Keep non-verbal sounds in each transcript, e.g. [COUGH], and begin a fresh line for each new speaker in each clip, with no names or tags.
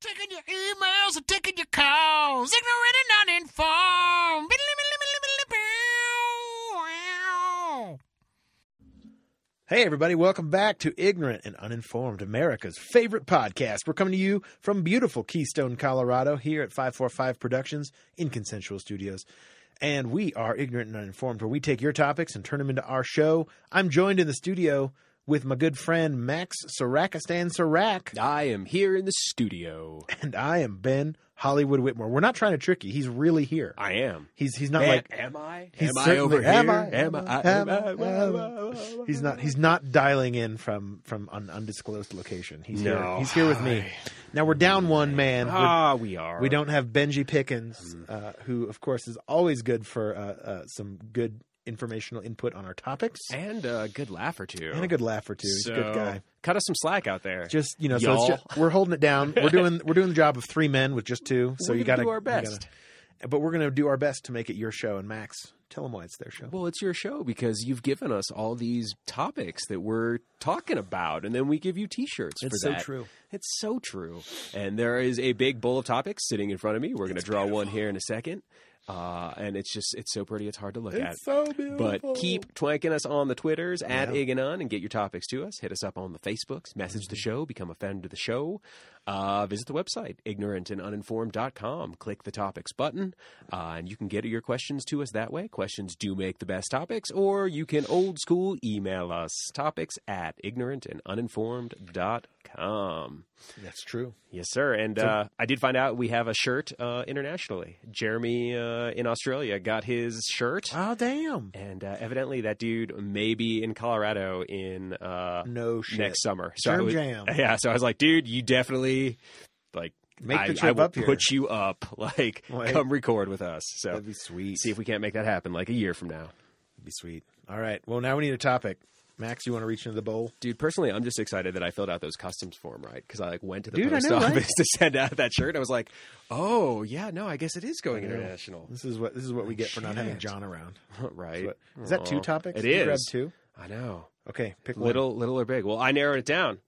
Taking your emails and taking your calls. Ignorant and uninformed.
Hey, everybody, welcome back to Ignorant and Uninformed, America's favorite podcast. We're coming to you from beautiful Keystone, Colorado, here at 545 Productions in Consensual Studios. And we are Ignorant and Uninformed, where we take your topics and turn them into our show. I'm joined in the studio with my good friend Max Sarakistan Sarak,
I am here in the studio.
and I am Ben Hollywood Whitmore. We're not trying to trick you, he's really here.
I am.
He's, he's not
am,
like
am I?
He's
am I
certainly-
over
am
here?
I?
am I?
Am I?
am
Am I?
am I-
He's not. He's not dialing in from from an undisclosed location. He's here.
No.
He's here with me. Now we're down one man. We're-
Ah, we are.
we don't have Benji Pickens,
Hmm.
uh, who of course is always good for uh, uh, some good informational input on our topics
And a good laugh or two.
and a good laugh or two. He's
so,
a good guy.
Cut us some slack out there.
Just you know, so it's
Y'all.
just, we're holding it down. We're doing we're doing the job of three men with just two. So
We're
you got to
gonna do our best.
but we're going to do our best to make it your show. And Max, tell them why it's their show.
well, it's your show because you've given us all these topics that we're talking about, and then we give you T-shirts
it's
for
so
that.
true.
It's so true. And there is a big bowl of topics sitting in front of me. We're going to draw one here in a second, uh, and it's just it's so pretty. It's hard to look at.
so beautiful.
But keep twanking us on the Twitters at
Yeah.
Iganon and get your topics to us. Hit us up on the Facebooks, message the
Mm-hmm.
show, become a friend of the show. Uh, visit the website, ignorantanduninformed.com. Click the topics button, uh, and you can get your questions to us that way. Questions do make the best topics, or you can old school email us topics at ignorantanduninformed.com.
That's true.
Yes, sir. And uh, I did find out we have a shirt uh, internationally. Jeremy uh, in Australia got his shirt.
Oh damn!
And uh, evidently, that dude may be in Colorado in uh,
No shit.
next summer. I
Germ
was-
jam.
[LAUGHS] Yeah, so I was like, dude, you definitely like
Make
I,
the
I
trip
will
up here.
put you up. [LAUGHS] Like,
Like-
come record with us. So
That'd be sweet.
see if we can't make that happen like a year from now.
That'd be sweet. All right. Well, now we need a topic. Max, you want to reach into the bowl?
Dude, personally, I'm just excited that I filled out those customs form right because I like went to the
Dude, I
post
know, right?
office [LAUGHS] to send out that shirt. I was like, oh yeah, no, I guess it is going
I know.
international, [LAUGHS]
This is what this is what we get for not having
Shit.
John around.
right?
But- Is that two
Aw.
topics?
It
Can you Grab
is.
two.
I know.
Okay, pick one.
little little or big well i narrowed it down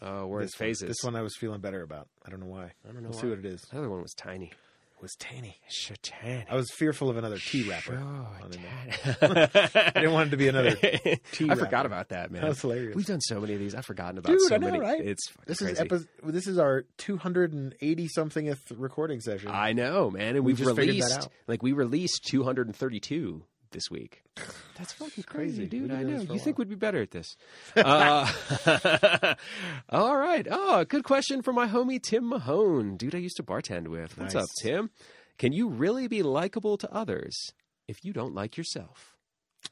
uh we're
This
in
one-
phases
This one I was feeling better about. I don't know why.
I don't know
We'll
why.
see what it is.
the other one was tiny Oh,
It was tiny.
sure tiny
I was fearful of another tea wrapper. on the neck. [LAUGHS]
[LAUGHS]
I
i
didn't want it to be another. tea wrapper.
forgot about that man
That was hilarious.
we've done so many of these i've forgotten about
Dude,
so
I know,
many
right?
it's fucking
This is
crazy
epi- this is our 280 somethingth recording session.
i know man and
We
have
just figured that
released
out.
like we released 232 this week that's fucking
crazy.
crazy,
We've
dude.
been
I
doing
know.
this for a
You think
while.
we'd be better at this? uh, [LAUGHS] all right. Oh, good question from my homie Tim Mahone, dude. I used to bartend with. What's
Nice.
up, Tim? Can you really be likable to others if you don't like yourself?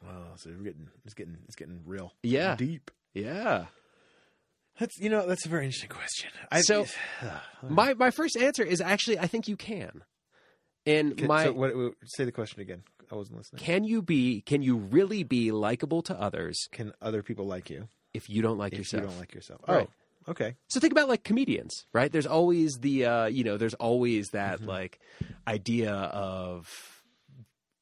Oh, so we're getting it's getting it's getting real.
Yeah.
deep.
Yeah.
That's you know that's a very interesting question. I,
So,
[SIGHS]
My my first answer is actually I think you can. And
Can-
my
so what, what- say the question again. I wasn't listening.
can you be can you really be likable to others
Can other people like you
if you don't like
if
yourself?
you don't like yourself?
Right.
Oh, okay.
So think about like comedians, right? There's always the uh, you know, there's always that
Mm-hmm.
like idea of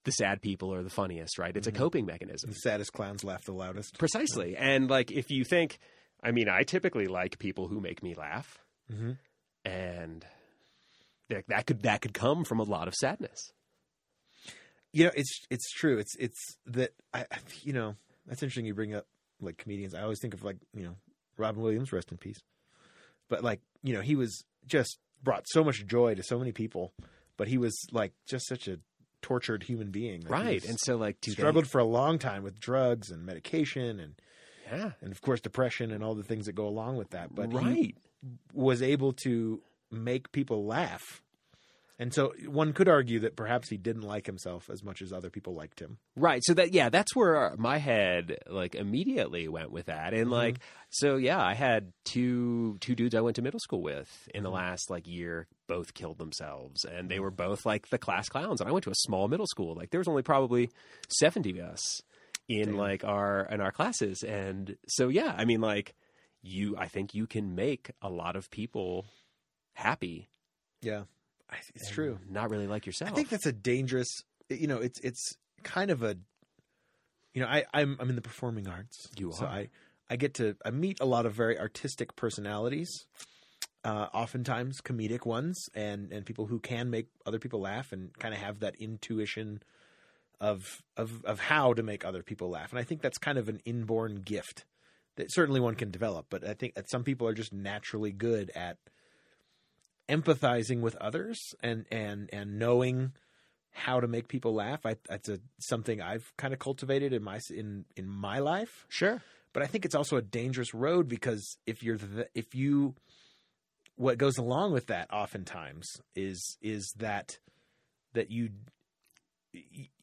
the sad people are the funniest, right?
Mm-hmm.
It's a coping mechanism.
The saddest clowns laugh the loudest.
Precisely. And like if you think I mean, I typically like people who make me laugh
Mm-hmm.
and that that could that could come from a lot of sadness.
You know, it's it's true. It's it's that I, I you know that's interesting. You bring up like comedians. I always think of like you know Robin Williams, rest in peace. But like you know, he was just brought so much joy to so many people. But he was like just such a tortured human being. Like, he
right.
was-
And so like do they-
struggled for a long time with drugs and medication and
Yeah.
and of course depression and all the things that go along with that. But he
right.
was able to make people laugh. And so one could argue that perhaps he didn't like himself as much as other people liked him.
Right. So that yeah, that's where my head like immediately went with that. And
Mhm.
like so yeah, I had two two dudes I went to middle school with in the
Mm-hmm.
last like year both killed themselves and
Mm.
they were both like the class clowns and I went to a small middle school. Like there was only probably 70 of us in
Damn.
like our in our classes and so yeah, I mean like you I think you can make a lot of people happy.
Yeah. I- It's
and
true.
Not really like yourself.
I think that's a dangerous, you know, it's it's kind of a you know, I I'm I'm in the performing arts.
You
So
are.
I I get to I meet a lot of very artistic personalities. uh, oftentimes comedic ones, and and people who can make other people laugh and kind of have that intuition of of of how to make other people laugh. And I think that's kind of an inborn gift that certainly one can develop. But I think that some people are just naturally good at empathizing with others and and and knowing how to make people laugh. I, that's a, something I've kind of cultivated in my in in my life.
Sure.
But I think it's also a dangerous road because if you're the, if you what goes along with that oftentimes is is that that you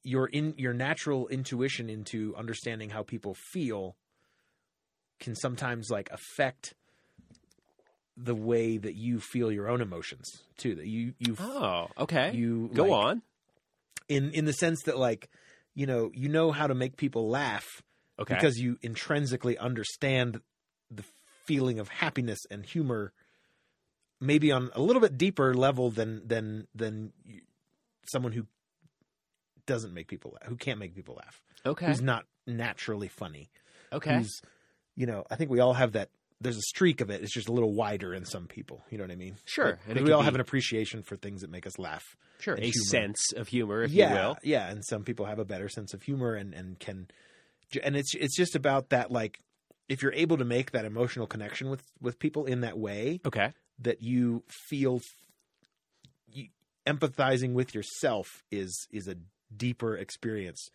your in your natural intuition into understanding how people feel can sometimes like affect the way that you feel your own emotions too that you you
Oh, okay.
you
Go
like,
on.
in in the sense that like you know you know how to make people laugh
Okay.
because you intrinsically understand the feeling of happiness and humor maybe on a little bit deeper level than than than you, someone who doesn't make people laugh, who can't make people laugh
okay.
who's not naturally funny
Okay.
who's you know i think we all have that there's a streak of it it's just a little wider in some people you know what i mean
Sure.
Like,
And it
we
could
all have
be-
an appreciation for things that make us laugh
Sure.
and
A
humor.
sense of humor, if
yeah,
you will.
Yeah, and some people have a better sense of humor and and can and it's it's just about that like if you're able to make that emotional connection with with people in that way
Okay.
that you feel you, empathizing with yourself is is a deeper experience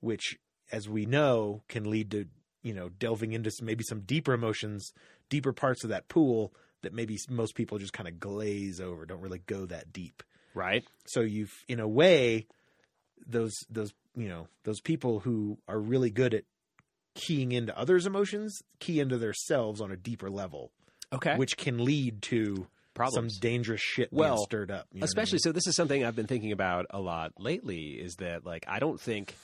which as we know can lead to you know delving into some, maybe some deeper emotions deeper parts of that pool that maybe most people just kind of glaze over don't really go that deep
Right.
so you've in a way those those you know those people who are really good at keying into others emotions key into themselves on a deeper level
Okay.
which can lead to
Problems.
some dangerous shit
Well,
being stirred up you know what I
Especially so this is something I've been thinking about a lot lately is that like I don't think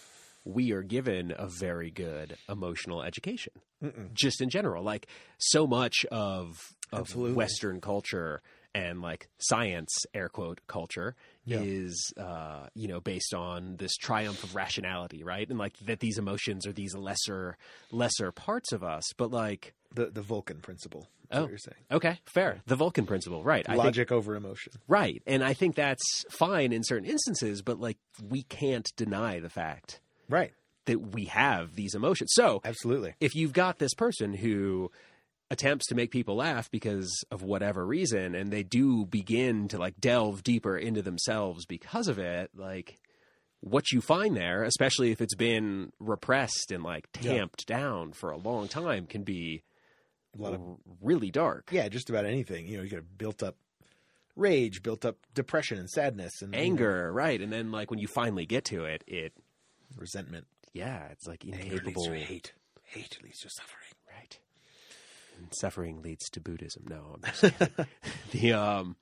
we are given a very good emotional education.
mean? Mm-mm.
just in general. Like so much of, of
Absolutely.
Western culture and like science, air quote, culture
Yeah.
is, uh, you know, based on this triumph of rationality, right? And like that these emotions are these lesser, lesser parts of us. But like,
the the vulcan principle is
Oh.
what you're saying
okay, fair. The Vulcan principle, right. I think,
logic over emotion
right. And I think that's fine in certain instances, but like we can't deny the fact
right
that we have these emotions. So
absolutely
if you've got this person who attempts to make people laugh because of whatever reason and they do begin to like delve deeper into themselves because of it like what you find there especially if it's been repressed and like
Yeah.
tamped down for a long time can be
a lot of
r- really dark
yeah just about anything you know you could have built up rage built up depression and sadness and you know,
anger right and then like when you finally get to it it
resentment
yeah it's like
Anger leads
incapable
to hate hate leads to suffering
Right. And suffering leads to Buddhism.
[LAUGHS]
No, I'm just kidding. [LAUGHS] the um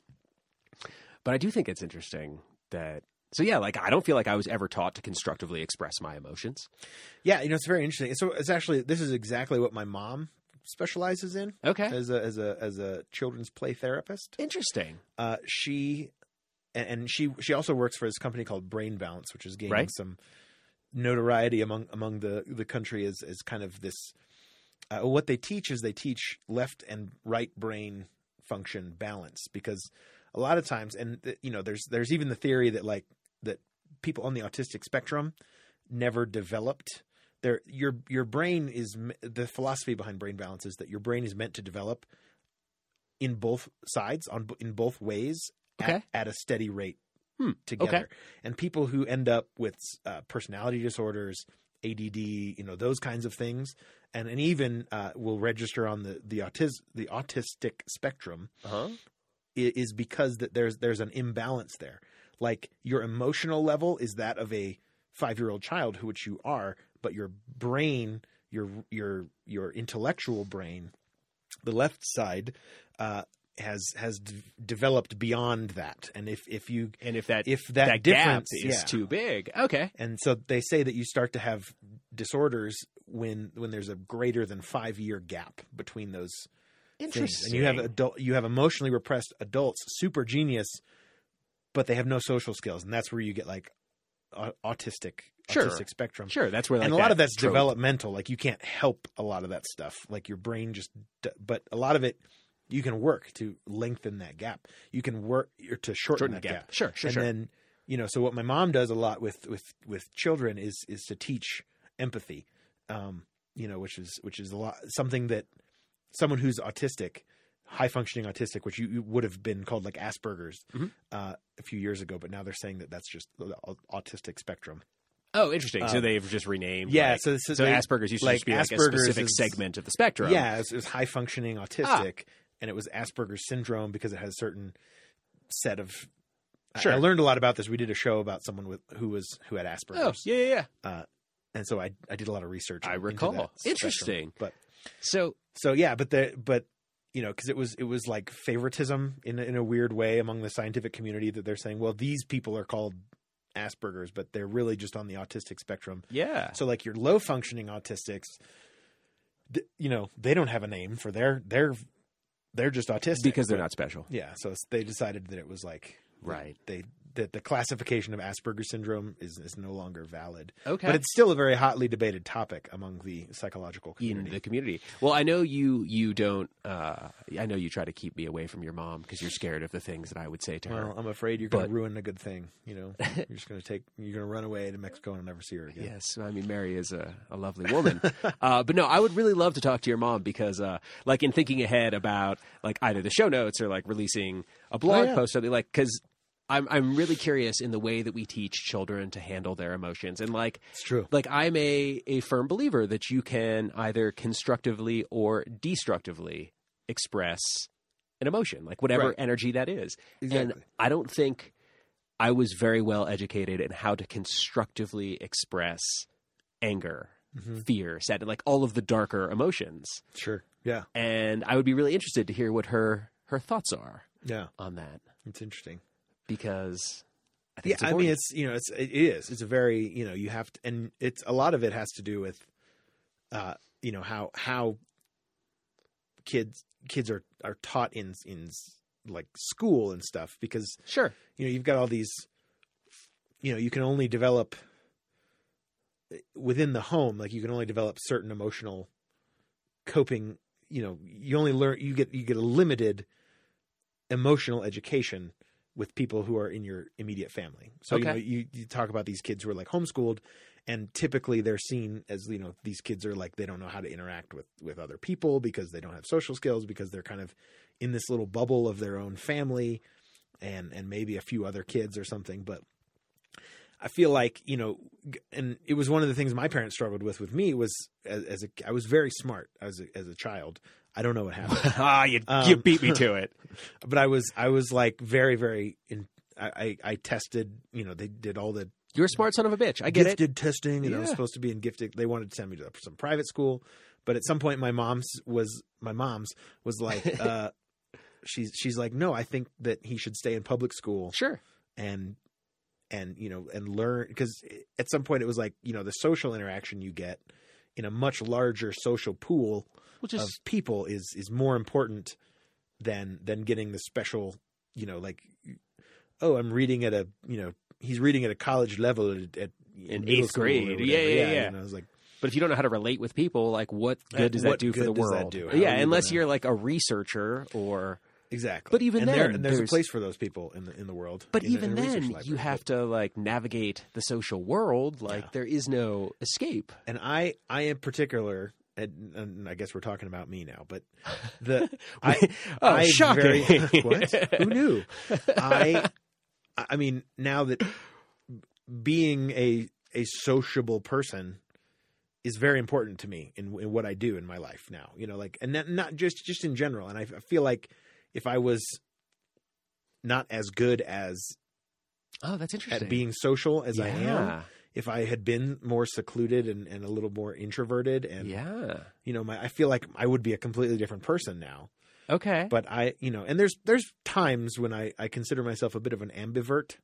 but I do think it's interesting that so yeah, like I don't feel like I was ever taught to constructively express my emotions.
Yeah, you know, it's very interesting. So it's actually this is exactly what my mom specializes in
Okay.
as a as a as a children's play therapist.
Uh, Interesting.
Uh, she and, and she she also works for this company called Brain Balance, which is gaining
Right.
some notoriety among among the the country as as kind of this. Uh, what they teach is they teach left and right brain function balance because a lot of times and th- you know there's there's even the theory that like that people on the autistic spectrum never developed their your your brain is m- the philosophy behind brain balance is that your brain is meant to develop in both sides on b- in both ways at,
Okay.
at a steady rate
Hmm,
together and people who end up with uh, personality disorders ADD you know those kinds of things and and even uh, will register on the the autis- the autistic spectrum
Uh-huh.
i- is because that there's there's an imbalance there. Like your emotional level is that of a five year old child, who which you are, but your brain, your your your intellectual brain, the left side, uh, has has d- developed beyond that. And if if you
And if that
if that,
that, gap
difference
is
yeah.
too big. Okay.
and so they say that you start to have disorders when when there's a greater than five year gap between those things.
Interesting.
And you have adult, you have emotionally repressed adults, super genius, but they have no social skills, and that's where you get like au- autistic,
Sure.
autistic spectrum.
Sure, that's where like
and a lot
that
of that's
trope-
developmental. Like you can't help a lot of that stuff. Like your brain just, d- but a lot of it You can work to lengthen that gap. You can work or to shorten,
Shorten
that
the gap.
gap.
Sure, sure,
and
sure.
then you know, so what my mom does a lot with with with children is is to teach empathy. Um, you know, which is which is a lot something that someone who's autistic, high functioning autistic, which you, you would have been called like Asperger's
Mhm.
uh, a few years ago, but now they're saying that that's just the au- autistic spectrum.
Oh, interesting. so
Um,
they've just renamed.
yeah,
like-
so this is
so
they-
Asperger's used to
like,
just be like a
Asperger's
specific
is-
segment of the spectrum.
Yeah, it was, it was high functioning
Ah.
autistic, and it was Asperger's syndrome because it has certain set of. I-
Sure.
I, learned a lot about this. We did a show about someone with who was who had
Oh,
Asperger's,
yeah, yeah. yeah.
and so I I did a lot of research.
I
into that
recall.
spectrum.
Interesting.
but
So
so yeah, but the but you know because it was it was like favoritism in a- in a weird way among the scientific community that they're saying well these people are called Asperger's but they're really just on the autistic spectrum.
yeah,
So like your low functioning autistics, th- you know they don't have a name for their their they're just autistic
because they're
but-
not special,
Yeah, so it's- they decided that it was like
right?
they that the classification of Asperger's syndrome is is no longer valid,
Okay,
but it's still a very hotly debated topic among the psychological
in
community.
the community. Well, I know you. You don't. Uh, I know you try to keep me away from your mom because you're scared of the things that I would say to her.
Well, I'm afraid you're going
But-
to ruin a good thing. You
[LAUGHS]
know, you're just going to take, you're going to run away to Mexico and I'll never see her again.
Yes, I mean Mary is a, a lovely [LAUGHS] woman, uh, but no, I would really love to talk to your mom because, uh, like, in thinking ahead about like either the show notes or like releasing a blog
yeah.
post, or something like because I'm I'm really curious in the way that we teach children to handle their emotions and like
It's true.
like I'm a a firm believer that you can either constructively or destructively express an emotion, like whatever
Right.
energy that is. And
Exactly.
I don't think I was very well educated in how to constructively express anger,
Mhm.
fear, sadness, like all of the darker emotions.
Sure. Yeah.
And I would be really interested to hear what her her thoughts are
Yeah.
on that
It's interesting.
because I think
Yeah.
it's
I mean,
important.
it's, you know, it's, it is, it's a very, you know, you have to, and it's a lot of it has to do with, uh, you know, how, how kids, kids are, are taught in, in like school and stuff because
sure.
you know you've got all these you know you can only develop eh, within the home like you can only develop certain emotional coping you know you only learn you get you get a limited emotional education with people who are in your immediate family so you
Okay.
know you, you talk about these kids who are like homeschooled and typically they're seen as you know these kids are like they don't know how to interact with with other people because they don't have social skills because they're kind of in this little bubble of their own family and and maybe a few other kids or something but i feel like you know g- and it was one of the things my parents struggled with with me was as, as a i was very smart as a, as a child i don't know what
[LAUGHS]
happened
[LAUGHS] ah, you you
Um,
beat
[LAUGHS]
me to it.
but i was i was like very very in I, I I tested, you know, they did all the
You're a smart son of a bitch. I get it.
gifted testing, and I was
Yeah.
supposed to be in gifted. They wanted to send me to some private school, but at some point, my mom's was my mom's was
[LAUGHS]
like, uh, she's she's like, no, I think that he should stay in public school
Sure.
and and you know and learn because at some point it was like you know the social interaction you get in a much larger social pool
Well,
of people is is more important than than getting the special you know like oh i'm reading at a you know he's reading at a college level at, at
In
middle
eighth
school or
grade.
whatever.
Yeah, yeah, yeah.
and i was like
but if you don't know how to relate with people, like what
Uh,
good does that
what
do for
good
the
does that
world?
do? How
Yeah,
do you
unless
learn?
you're like a researcher or.
exactly
But even
and there,
then,
and there's,
there's-
a place for those people in the in the world
But
in a-
even
in a research
then, you
library.
have to like navigate the social world. Like
Yeah.
there is no escape.
and i i in particular and, and i guess we're talking about me now but
[LAUGHS]
the I-
oh,
I
shocking!
[LAUGHS] very- what? Who knew? I, I mean, now that being a a sociable person is very important to me in, in what I do in my life now. You know, like and not, not just just in general. And I, I feel like if I was not as good as
Oh, that's interesting.
at being social as
yeah.
I am, if I had been more secluded and, and a little more introverted, and
yeah.
you know, my I feel like I would be a completely different person now
Okay.
but I, you know, and there's there's times when I I consider myself a bit of an ambivert,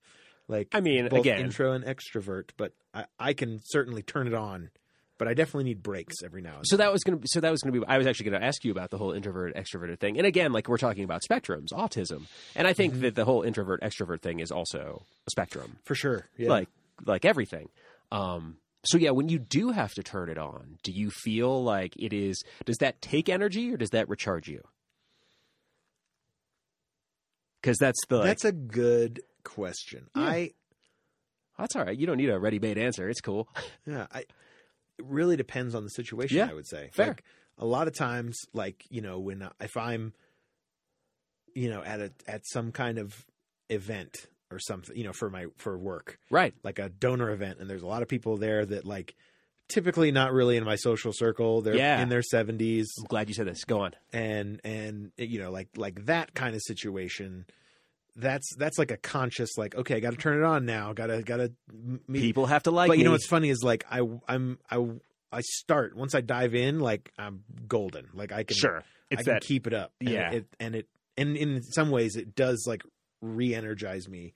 like
I mean,
both
again,
intro and extrovert, but I I can certainly turn it on, but I definitely need breaks every now and
so that was gonna. Be, so that was gonna be. I was actually gonna ask you about the whole introvert extroverted thing. And again, like we're talking about spectrums, autism, and I think
Mm-hmm.
that the whole introvert extrovert thing is also a spectrum.
then. for sure. Yeah.
like like everything. Um, so yeah, when you do have to turn it on, do you feel like it is? Does that take energy or does that recharge you? because that's the like,
That's a good question.
Yeah.
I
"Oh, that's all right. You don't need a ready-made answer. It's cool.
Yeah, I, it really depends on the situation.
Yeah,
I would say.
fair.
Like, a lot of times, like you know, when I- if I'm, you know, at a at some kind of event or something, you know, for my for work,
Right.
like a donor event, and there's a lot of people there that like typically not really in my social circle. They're
Yeah. Mm.
in their seventies,
I'm glad you said this. Go on.
and and you know, like like that kind of situation. That's that's like a conscious like okay, I got to turn it on now. Got to got to meet
People have to like
but you know
me.
what's funny is like I I'm I I start once I dive in like I'm golden like I can
sure.
I
It's
can
that
keep it up and
Yeah.
it, and it and in some ways it does like re-energize me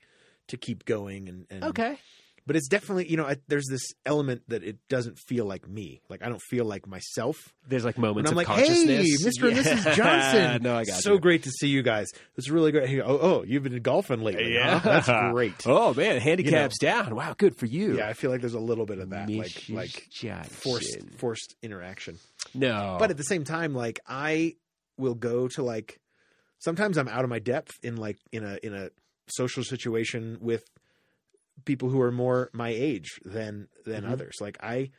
to keep going and, and
okay.
but it's definitely you know I, there's this element that it doesn't feel like me like I don't feel like myself
There's like moments
and I'm
of
like hey
consciousness.
Mr and
Yeah. [LAUGHS]
Mrs Johnson
no, I got
so
you.
great to see you guys it's really great Hey, oh oh you've been golfing lately huh?
Yeah. [LAUGHS]
that's great
Oh man, handicaps down. Wow, good for you.
yeah I feel like there's a little bit of that like
Mrs.
like
Johnson.
forced forced interaction.
No,
But at the same time, like I will go to like sometimes I'm out of my depth in like in a in a social situation with people who are more my age than than
Mhm.
others. Like I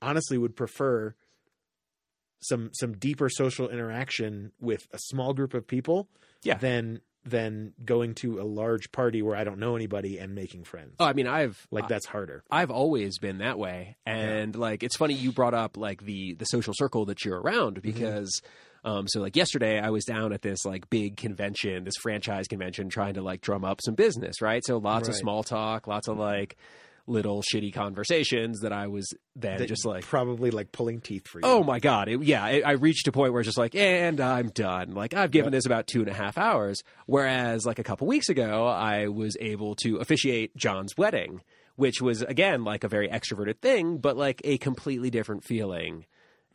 honestly would prefer some some deeper social interaction with a small group of people
Yeah.
than than going to a large party where I don't know anybody and making friends.
oh, I mean, I've
like that's harder.
I've always been that way, and like it's funny you brought up like the the social circle that you're
Mm-hmm.
around because. Um, so like yesterday I was down at this like big convention, this franchise convention trying to like drum up some business, right? So lots of
Right.
small talk, lots of like little shitty conversations that I was then
That
just like
probably like pulling teeth for you.
Oh my god! It, yeah, it, I reached a point where it's just like, and I'm done. Like I've given this about two and a half hours. Whereas like a couple weeks ago, I was able to officiate John's wedding, which was again like a very extroverted thing, but like a completely different feeling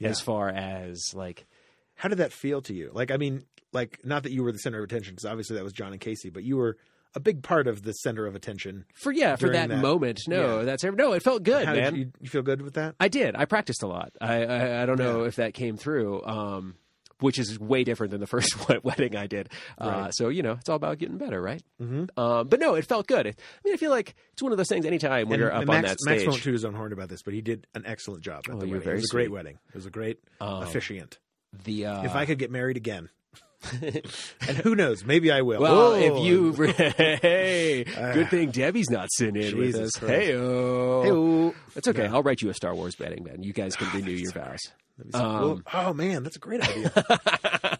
as
Yeah.
far as like
How did that feel to you? Like, I mean, like, not that you were the center of attention, because obviously that was John and Casey, but you were a big part of the center of attention.
for yeah for
During
that,
that-
moment. No,
yeah.
that's no, it felt good,
How
man.
did you, you feel good with that?
I did. I practiced a lot. I I, I don't know if that came through, um, which is way different than the [LAUGHS] first wedding I did. Uh,
Right.
so you know, it's all about getting better, right?
Mhm.
Um, but no, it felt good. It, I mean, I feel like it's one of those things. Anytime when
And-
you're up
and
on
Max,
that
Max
stage,
won't toot his own horn about this, but he did an excellent job at
Oh,
the
you're
wedding. It
very
was a great
sweet.
wedding. It was a great
Um,
officiant.
the uh,
if I could get married again, [LAUGHS]
[LAUGHS]
and who knows, maybe I will.
well,
Oh,
if you [LAUGHS] hey,
Ah.
good thing Debbie's not sitting in with
Jesus
us.
Christ.
Hey, oh,
hey-oh.
it's okay. I'll write you a Star Wars wedding, man. You guys can renew
[LAUGHS]
your vows. [LAUGHS]
That'd be so cool.
Um,
oh man, that's a great
[LAUGHS]
idea.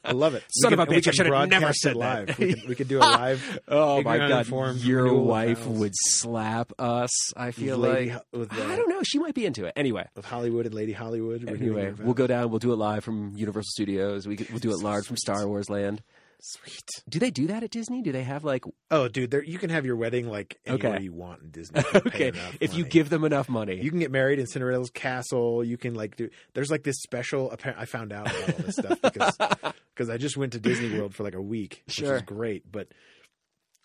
I love it.
Son
we
of
can,
a
we
bitch, I
can
should have never
broadcast it
said
live.
that.
We could, we could
[LAUGHS]
do a live.
Oh my
Ignorant
God!
informed
Your
renewal of
wife
vows.
would slap us. I feel
lady,
like
with the,
I don't know. She might be into it. Anyway,
of Hollywood and Lady Hollywood. renewing
anyway,
your vows.
we'll go down. We'll do it live from Universal Studios. We could, we'll do it live from Star Wars Land.
Sweet.
Do they do that at Disney? Do they have like
Oh, dude, there, you can have your wedding like anywhere
Okay.
you want in Disney. if you pay
[LAUGHS] okay?
enough
If you
money.
give them enough money,
you can get married in Cinderella's castle. You can like do. There's like this special. appa- I found out about all this
[LAUGHS]
stuff because because I just went to Disney World for like a week, which
Sure.
is great. But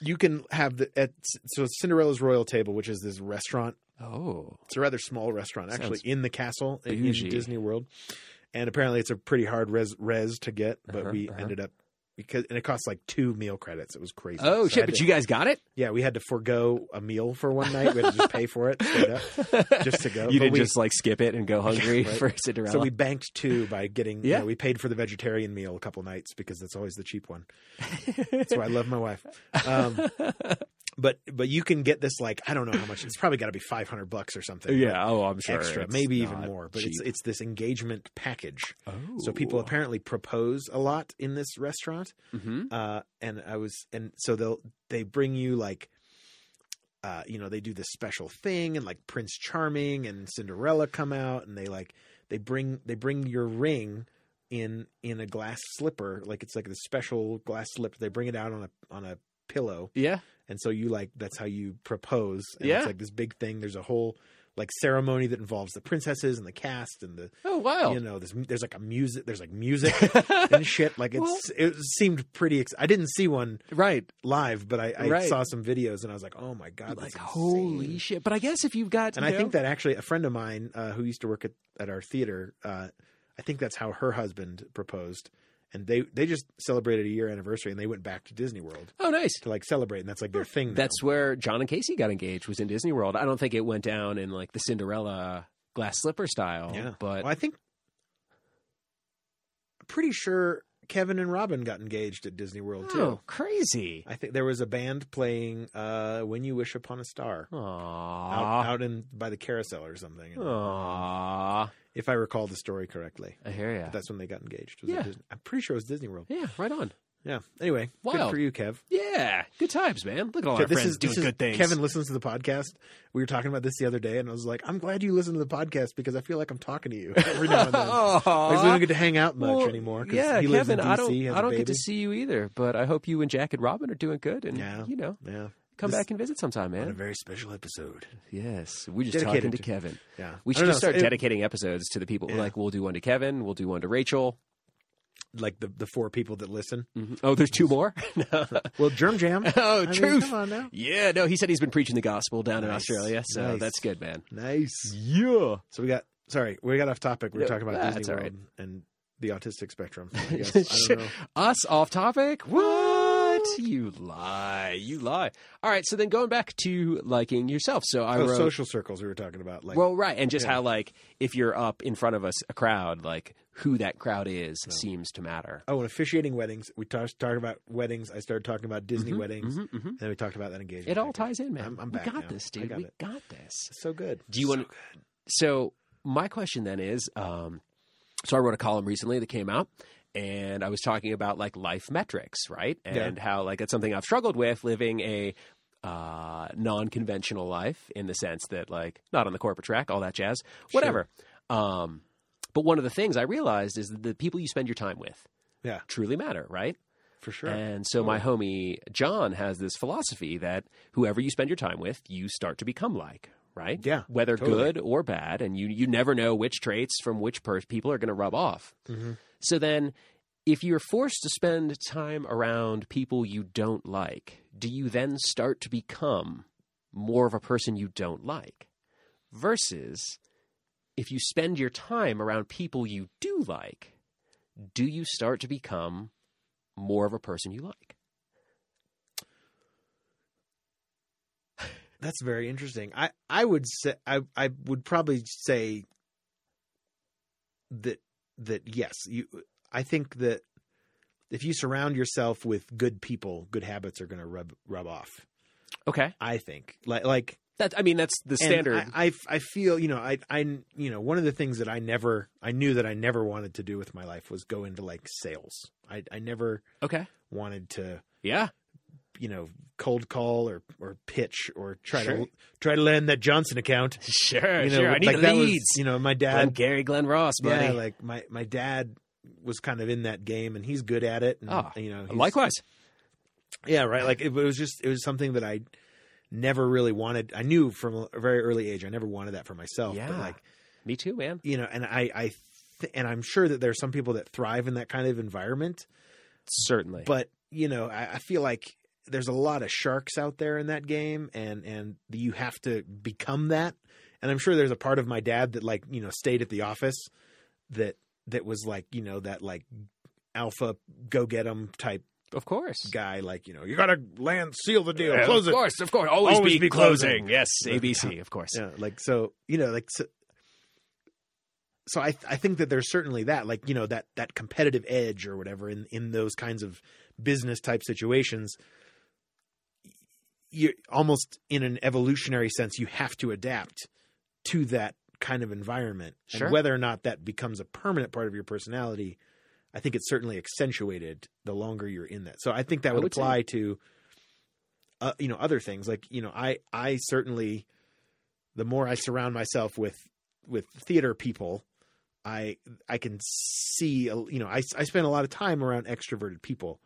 you can have the at so it's Cinderella's Royal Table, which is this restaurant
oh,
it's a rather small restaurant actually
Sounds
in the castle in-
bougie.
in Disney World, and apparently it's a pretty hard res res to get, but
Uh-huh,
we
uh-huh.
ended up because and it cost like two meal credits. It was crazy.
oh
So I
shit!
had
But
to-
you guys got it.
yeah, we had to forego a meal for one night. We had to just pay for it straight up
[LAUGHS]
just to go.
you
But
didn't
we-
just like skip it and go
[LAUGHS]
hungry [LAUGHS]
right.
for Cinderella.
so we banked two by getting. Yeah,
Yeah.
we paid for the vegetarian meal a couple nights because that's always the cheap
[LAUGHS]
one. That's why I love my wife. Um, but but you can get this like I don't know how much. It's probably got to be five hundred bucks or something.
yeah. Oh, I'm sure.
extra,
it's
maybe even
not
more. But it's
cheap.
it's this engagement package.
oh.
So people apparently propose a lot in this restaurant.
Mhm.
Uh, and I was and so they'll they bring you like uh, you know, they do this special thing and like Prince Charming and Cinderella come out and they like they bring they bring your ring in in a glass slipper, like it's like the special glass slip. They bring it out on a on a pillow
yeah.
and so you like that's how you propose and
Yeah.
it's like this big thing there's a whole like ceremony that involves the princesses and the cast and the
Oh wow.
you know there's there's like a music there's like music
[LAUGHS]
and shit like it's
Well-
it seemed pretty ex- I didn't see one
right.
live but I, I
Right.
saw some videos and I was like oh my god
like
that's
holy
insane.
shit! But I guess if you've got,
and
you
I
know-
think that actually a friend of mine uh, who used to work at, at our theater uh, I think that's how her husband proposed and they they just celebrated a year anniversary, and they went back to Disney World
Oh, nice.
to like celebrate, and that's like their thing. Now.
That's where John and Casey got engaged. Was in Disney World. I don't think it went down in like the Cinderella glass slipper style.
yeah.
But
well, I think I'm pretty sure Kevin and Robin got engaged at Disney World too.
oh, crazy.
I think there was a band playing uh, "When You Wish Upon a Star" out,
Aww.
out in by the carousel or something. and-
Aww.
If I recall the story correctly,
I hear ya.
that's when they got engaged. was at
Yeah.
Disney- I'm pretty sure it was Disney World.
Yeah. Right on.
Yeah. Anyway, good
Wild.
for you, Kev.
Yeah. Good times, man. Look at all
Okay,
our friends doing
this is-
good things.
Kevin listens to the podcast. We were talking about this the other day, and I was like, I'm glad you listen to the podcast because I feel like I'm talking to you every now and
[LAUGHS]
then. Like, we don't get to hang out much
Well,
anymore. 'cause
Yeah,
he lives
Kevin,
in DC,
I don't,
has
I
a
don't get
baby.
to see you either, but I hope you and Jack and Robin are doing good, and
Yeah.
you know,
Yeah,
come
This-
back and visit sometime,
on a
man.
very special episode.
Yes, we're just
Dedicated
talking to
to-
Kevin.
Yeah,
We
I
should
don't
just
know,
start
it-
dedicating episodes to the people.
Yeah.
Like, we'll do one to Kevin, we'll do one to Rachel.
like the the four people that listen.
Mhm. Oh, there's two more. [LAUGHS]
[LAUGHS]
No.
Well, Germ Jam.
[LAUGHS] oh,
I mean,
truth.
come on now.
yeah, no, he said he's been preaching the gospel down in
Nice.
Australia, so
Nice.
that's good, man.
Nice.
Yeah.
So we got sorry, we got off topic. We were
No,
talking about
that's
Disney
all
World and the autistic spectrum.
[LAUGHS]
I guess. I don't
Shit.
know.
Us off topic? What? You lie. You lie. All right, so then going back to liking yourself. So I
Oh,
wrote
social circles we were talking about. Like
Well, right, and just
Yeah.
how like if you're up in front of us a crowd, like who that crowd is seems to matter.
oh, and officiating weddings. We talked talked about weddings. I started talking about Disney
Mhm,
weddings.
mhm, mhm.
And then we talked about that engagement.
It all
packet.
ties in, man.
I'm- I'm back
we got
now.
this,
I
dude.
got
we
it.
got this.
So good.
Do you
So
want? So my question then is, um, so I wrote a column recently that came out, and I was talking about like life metrics, right,
Yeah.
and how like that's something I've struggled with living a uh, non-conventional life in the sense that like not on the corporate track, all that jazz, whatever. Um, but one of the things I realized is that the people you spend your time with,
Yeah.
truly matter, right?
for sure?
And so my homie John has this philosophy that whoever you spend your time with, you start to become like, right?
Yeah,
Whether
totally.
good or bad, and you you never know which traits from which per- people are going to rub off.
Mhm.
So then if you're forced to spend time around people you don't like, do you then start to become more of a person you don't like? Versus if you spend your time around people you do like, do you start to become more of a person you like?
That's very interesting. I I would say I I would probably say that that yes, you I think that if you surround yourself with good people, good habits are going to rub rub off.
Okay.
I think. Like like
That I mean that's the
and
standard.
I, I I feel, you know, I I you know, one of the things that I never I knew that I never wanted to do with my life was go into like sales. I I never
okay.
wanted to
Yeah.
you know cold call or or pitch or try
Sure.
to try to land that Johnson account.
[LAUGHS] Sure.
you know,
sure. I need
like
the
that was,
leads.
you know, my
Glenn
dad.
Gary Glenn Ross, buddy.
Yeah, like my my dad was kind of in that game, and he's good at it. And,
Ah,
you know, he's-
Likewise.
yeah, right. Like it, was just it was something that I never really wanted. I knew from a very early age I never wanted that for myself. But
Yeah.
like
Me too, man.
you know, and I I th- and I'm sure that there are some people that thrive in that kind of environment.
Certainly.
but you know I, I feel like there's a lot of sharks out there in that game and and you have to become that and i'm sure there's a part of my dad that like you know stayed at the office that that was like you know that like alpha go get 'em type
of course.
guy like you know you gotta land seal the deal
Yeah,
close
of
it
course, of course. Always,
Always
be,
be
closing.
closing.
Yes, ABC, of course.
yeah like so you know like so, so I, I think that there's certainly that like you know that that competitive edge or whatever in in those kinds of business type situations you almost in an evolutionary sense you have to adapt to that kind of environment
Sure.
and whether or not that becomes a permanent part of your personality i think it's certainly accentuated the longer you're in that so i think that
I
would,
would say-
apply to uh, you know other things like you know i i certainly the more I surround myself with with theater people, I I can see a- you know I I spend a lot of time around extroverted people.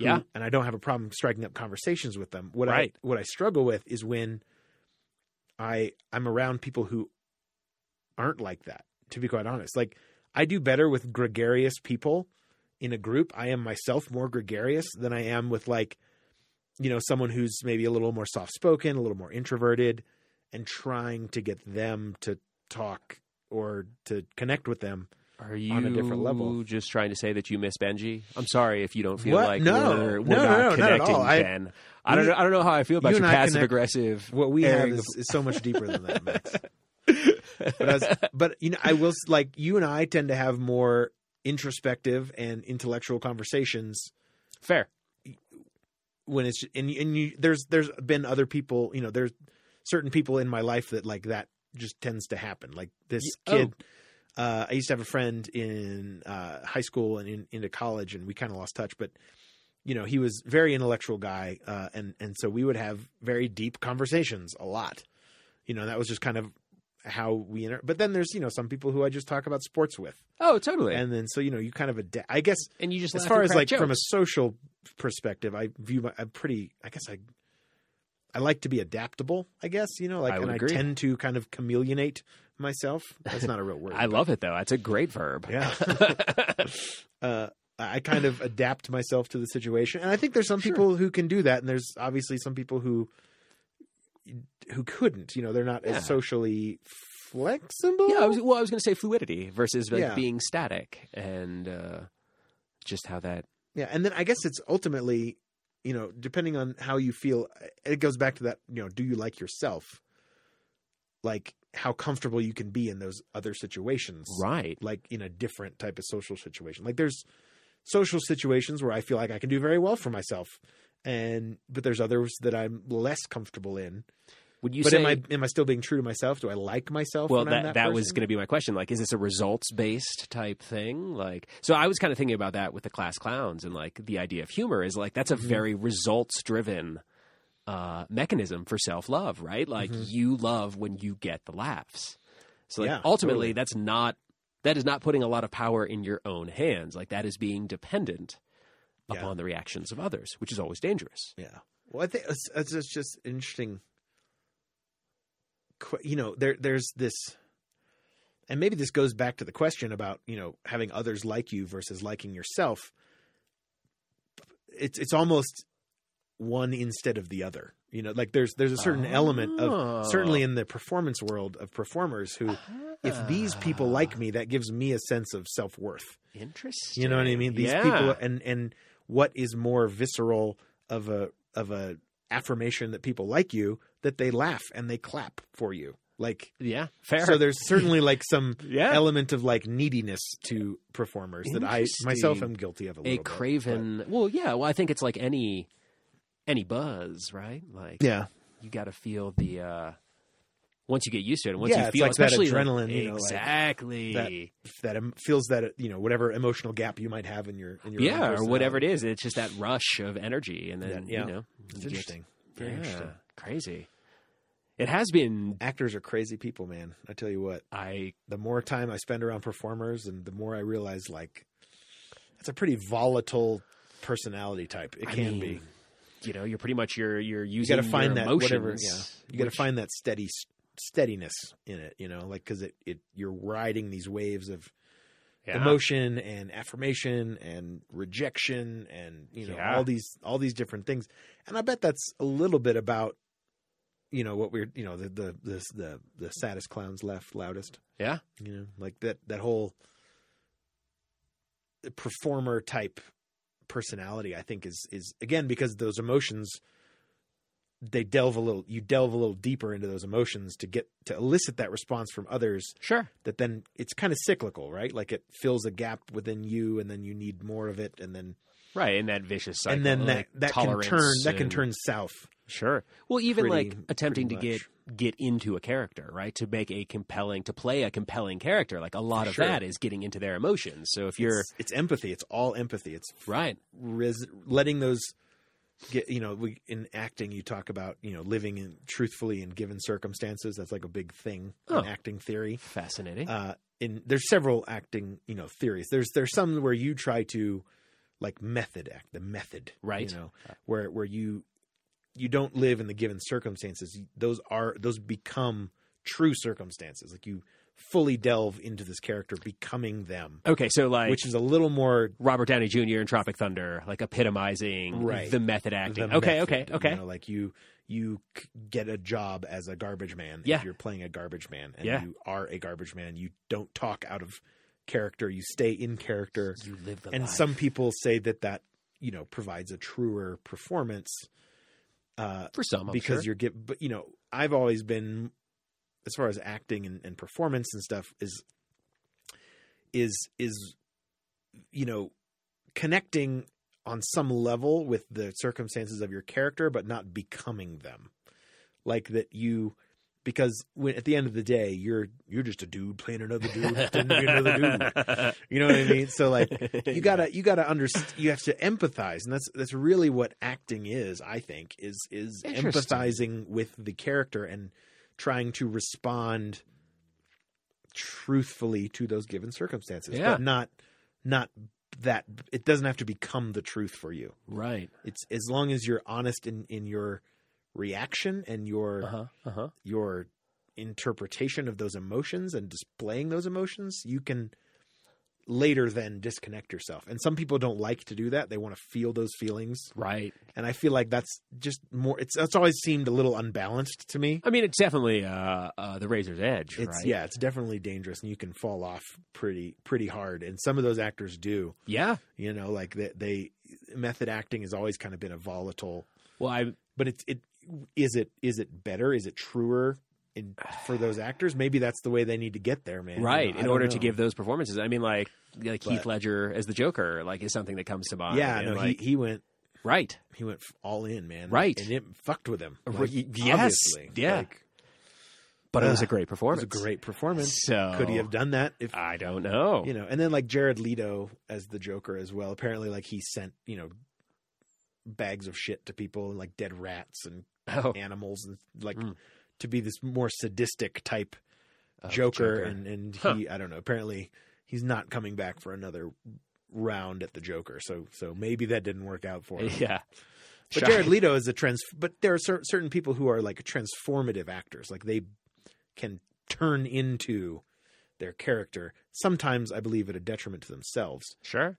who-
Yeah.
and I don't have a problem striking up conversations with them. What
Right.
I what I struggle with is when I I'm around people who aren't like that. To be quite honest, like I do better with gregarious people in a group. I am myself more gregarious than I am with like you know someone who's maybe a little more soft spoken, a little more introverted, and trying to get them to talk or to connect with them
Are you
on a different level.
just trying to say that you miss Benji? I'm sorry if you don't feel
What?
like
No.
we're, we're
No, no,
not
no, not at
connecting,
all. I-
Ben. I, don't
we-
know. I don't know how I feel about
you and
your
I connect-
passive aggressive.
What we have
airing
is, is so much deeper than that, [LAUGHS] Max. But, I was, but you know, I will s- like you and I tend to have more introspective and intellectual conversations
of- fair.
when it's and and you, there's there's been other people you know there's certain people in my life that like that just tends to happen like this
Y- oh.
kid uh, I used to have a friend in uh, high school and in, into college and we kind of lost touch but you know he was very intellectual guy uh, and and so we would have very deep conversations a lot you know that was just kind of how we inter- but then there's you know some people who I just talk about sports with
Oh, totally. And,
and then so you know you kind of adapt I guess
you just
as
laugh
far
and
as
crack
like from a
jokes.
social perspective, I view my I'm pretty. I guess I I like to be adaptable. I guess you know, like
I would
and
agree.
I tend to kind of chameleonate myself. That's not a real word.
[LAUGHS] I love it though. That's a great verb.
Yeah. uh, I I kind of adapt myself to the situation, and I think there's some
Sure.
people who can do that, and there's obviously some people who who couldn't. You know, they're not
Yeah.
as socially flexible.
[LAUGHS] Yeah, I was, well, I was going to say fluidity versus like
Yeah.
being static, and uh, just how that.
Yeah, and then I guess it's ultimately, you know, depending on how you feel, it goes back to that, you know, do you like yourself? Like how comfortable you can be in those other situations.
Right.
Like in a different type of social situation. Like there's social situations where I feel like I can do very well for myself. And but there's others that I'm less comfortable in.
Would you
but
say?
am I am I still being true to myself? Do I like myself?
well,
when
that
I'm that
that, was
person?
going to be my question. Like, is this a results based type thing? Like, so I was kind of thinking about that with the class clowns, and like the idea of humor is like that's a
Mhm.
very results driven uh, mechanism for self love, right? Like,
Mhm.
you love when you get the laughs. So, like,
Yeah,
ultimately,
totally.
that's not that is not putting a lot of power in your own hands. Like, that is being dependent
Yeah.
upon the reactions of others, which is always dangerous.
Yeah. Well, I think it's, it's just- just interesting. que- You know, there there's this, and maybe this goes back to the question about you know having others like you versus liking yourself. It's it's almost one instead of the other. You know, like there's there's a certain element of
Ah.
certainly in the performance world of performers who, if these people like me, that gives me a sense of self worth.
interesting
You know what I mean? These
Yeah.
people and and what is more visceral of a of a affirmation that people like you that they laugh and they clap for you. Like
yeah fair
so there's certainly
[LAUGHS]
like some
yeah
element of like neediness to performers that I myself
Interesting.
am guilty of a
a
little bit, but-
craven well yeah well i think it's like any any buzz right like
yeah.
you got to feel the uh once you get used to it, once
Yeah,
you
it's
feel
like that
especially like-
adrenaline, you know, like,
exactly,
That em- feels that you know whatever emotional gap you might have in your in your um,
yeah, or whatever it is. It's just that rush of energy, and then
uh, Yeah, yeah.
you know,
It's
you get-
interesting. Very
yeah,
interesting.
crazy. It has been.
Actors are crazy people, man. I tell you what.
I
the more time I spend around performers and the more I realize like it's a pretty volatile personality type. It
I
can
mean,
be.
you know, you're pretty much you're you're using
gotta find
your
that
emotions.
whatever- You got to
which-
find that steady steadiness in it, you know, like cuz it, it you're riding these waves of
yeah.
emotion and affirmation and rejection and you know
Yeah.
all these all these different things. And I bet that's a little bit about you know what we're you know the the the the, the saddest clowns left loudest.
Yeah.
you know like that that whole performer type personality i think is is again because those emotions they delve a little you delve a little deeper into those emotions to get to elicit that response from others
Sure.
that then it's kind of cyclical right like it fills a gap within you and then you need more of it and then
Right, and that vicious cycle.
and then that
like
that can
tolerance
turn that can
and-
turn south
Sure. Well, even
pretty-
like attempting to
pretty
get get into a character, right? To make a compelling to play a compelling character, like a lot of
Sure.
that is getting into their emotions. So if you're
it's, it's empathy it's all empathy it's
right,
res- letting those get you know we, in acting you talk about you know living in truthfully in given circumstances that's like a big thing
Oh.
in acting theory
fascinating.
uh in there's several acting you know theories there's there's some where you try to like method act the method
Right.
you know where where you you don't live in the given circumstances those are those become true circumstances like you fully delve into this character becoming them
okay, so like
which is a little more
Robert Downey Jr. in Tropic Thunder, like epitomizing
Right.
the method acting.
the
okay,
method,
okay, okay.
You know, like you you c- get a job as a garbage man
Yeah.
if you're playing a garbage man and
Yeah.
you are a garbage man. You don't talk out of character. You stay in character.
You live the
and
life.
some people say that that you know provides a truer performance uh,
for some I'm
because
Oh, sure.
you're get. But you know, I've always been as far as acting and, and performance and stuff is is is you know connecting on some level with the circumstances of your character, but not becoming them. Like that you. Because when, at the end of the day, you're you're just a dude playing another dude, pretending to be another dude.
[LAUGHS]
You know what I mean? So like, you gotta you gotta understand you have to empathize and that's that's really what acting is i think is is
Interesting.
empathizing with the character and trying to respond truthfully to those given circumstances
Yeah.
but not not that it doesn't have to become the truth for you
right.
it's as long as you're honest in in your reaction and your
Uh huh. Uh huh.
your interpretation of those emotions and displaying those emotions, you can later then disconnect yourself. And some people don't like to do that. They want to feel those feelings.
Right.
And I feel like that's just more it's that's always seemed a little unbalanced to me.
I mean, it's definitely uh, uh, the razor's edge,
It's
right?
yeah, it's definitely dangerous and you can fall off pretty pretty hard. And some of those actors do.
Yeah.
You know, like they, they method acting has always kind of been a volatile
Well, I
but it's it is it is it better is it truer in, for those actors maybe that's the way they need to get there man I
right
don't
in order to
know.
give those performances. I mean, like like Heath
But-
Ledger as the Joker, like is something that comes to mind.
yeah
and,
no
like,
he, he went
right.
he went f- all in man
Right.
and it fucked with him
Right,
like,
y- yes,
obviously.
yeah.
Like,
But it was
Ah,
a great
it was
performance.
a great performance
So
could he have done that if
I don't know. [LAUGHS]
you know and then like Jared Leto as the Joker as well apparently like he sent you know bags of shit to people and like dead rats and
oh,
animals and like
Mm.
to be this more sadistic type
oh,
Joker,
[LAUGHS]
and and he
Huh.
I don't know. Apparently, he's not coming back for another round at the Joker. So so maybe that didn't work out for him.
[LAUGHS] yeah.
But Jared Leto is a trans. But there are cer- certain people who are like transformative actors. Like they can turn into their character. Sometimes I believe at a detriment to themselves.
sure.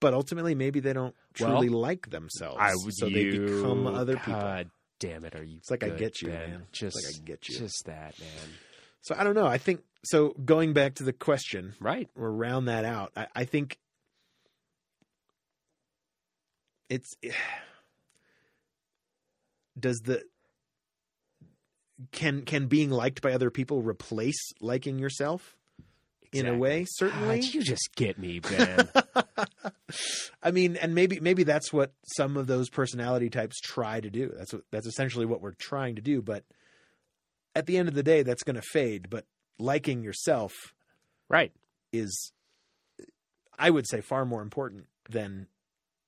But ultimately, maybe they don't
Well,
truly like themselves.
I would.
so they become other people.
God damn it! Are you?
It's like I
good,
get you,
Ben?
man.
Just
It's like I get you.
Just that, man.
So I don't know. I think so. Going back to the question,
Right.
or round that out, I, I think it's [SIGHS] does the can can being liked by other people replace liking yourself in a
Exactly. Ah,
way?
God,
Certainly.
you just get me,
[LAUGHS]
Ben.
I mean, and maybe maybe that's what some of those personality types try to do. That's what that's essentially what we're trying to do. But at the end of the day, that's going to fade. But liking yourself
right.
is I would say far more important than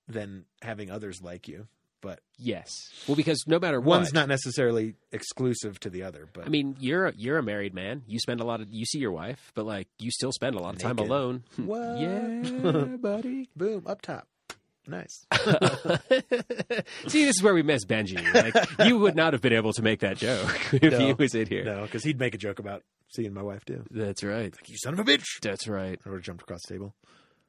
than having others like you. But
Yes. Well, because no matter what,
one's not necessarily exclusive to the other, but
I mean, you're a- you're a married man. You spend a lot of you see your wife, but like you still spend a lot of time
Naked.
alone.
[LAUGHS]
Hmm.
What?
Yeah, buddy.
[LAUGHS] boom, up top. Nice.
[LAUGHS] see, this is where we miss Benji. Like you would not have been able to make that joke [LAUGHS] if
No.
he was in here.
no, because he'd make a joke about seeing my wife too.
That's right.
Like, you son of a bitch.
That's right.
I would have jumped across the table.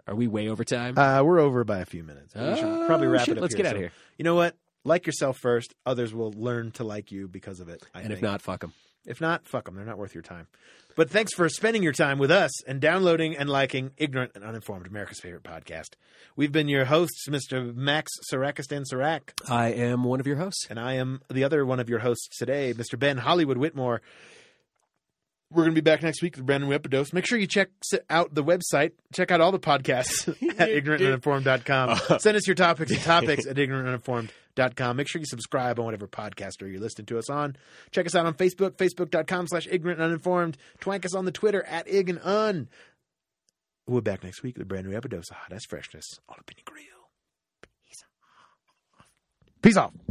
Are we way over time?
Uh, we're over by a few minutes. We should probably
Oh,
wrap it
shit,
up.
Let's
here.
get out
So,
of here.
You know what? Like yourself first. Others will learn to like you because of it. I
And if
think.
not, fuck him.
If not, fuck them. They're not worth your time. But thanks for spending your time with us and downloading and liking Ignorant and Uninformed, America's favorite podcast. We've been your hosts, Mr. Max Sarakistan Sarak,
I am one of your hosts.
and I am the other one of your hosts today, Mr. Ben Hollywood Whitmore. We're going to be back next week with a brand new episode. Make sure you check s- out the website. Check out all the podcasts [LAUGHS] at ignorantanduninformed.com. Send us your topics and topics at ignorantanduninformed.com. Make sure you subscribe on whatever podcaster you're listening to us on. Check us out on Facebook, facebook.com slash ignorant and uninformed. Twank us on the Twitter at ig and un. We're back next week with a brand new episode of Hot Ass Freshness on Opinion Grill. Peace off. Peace off.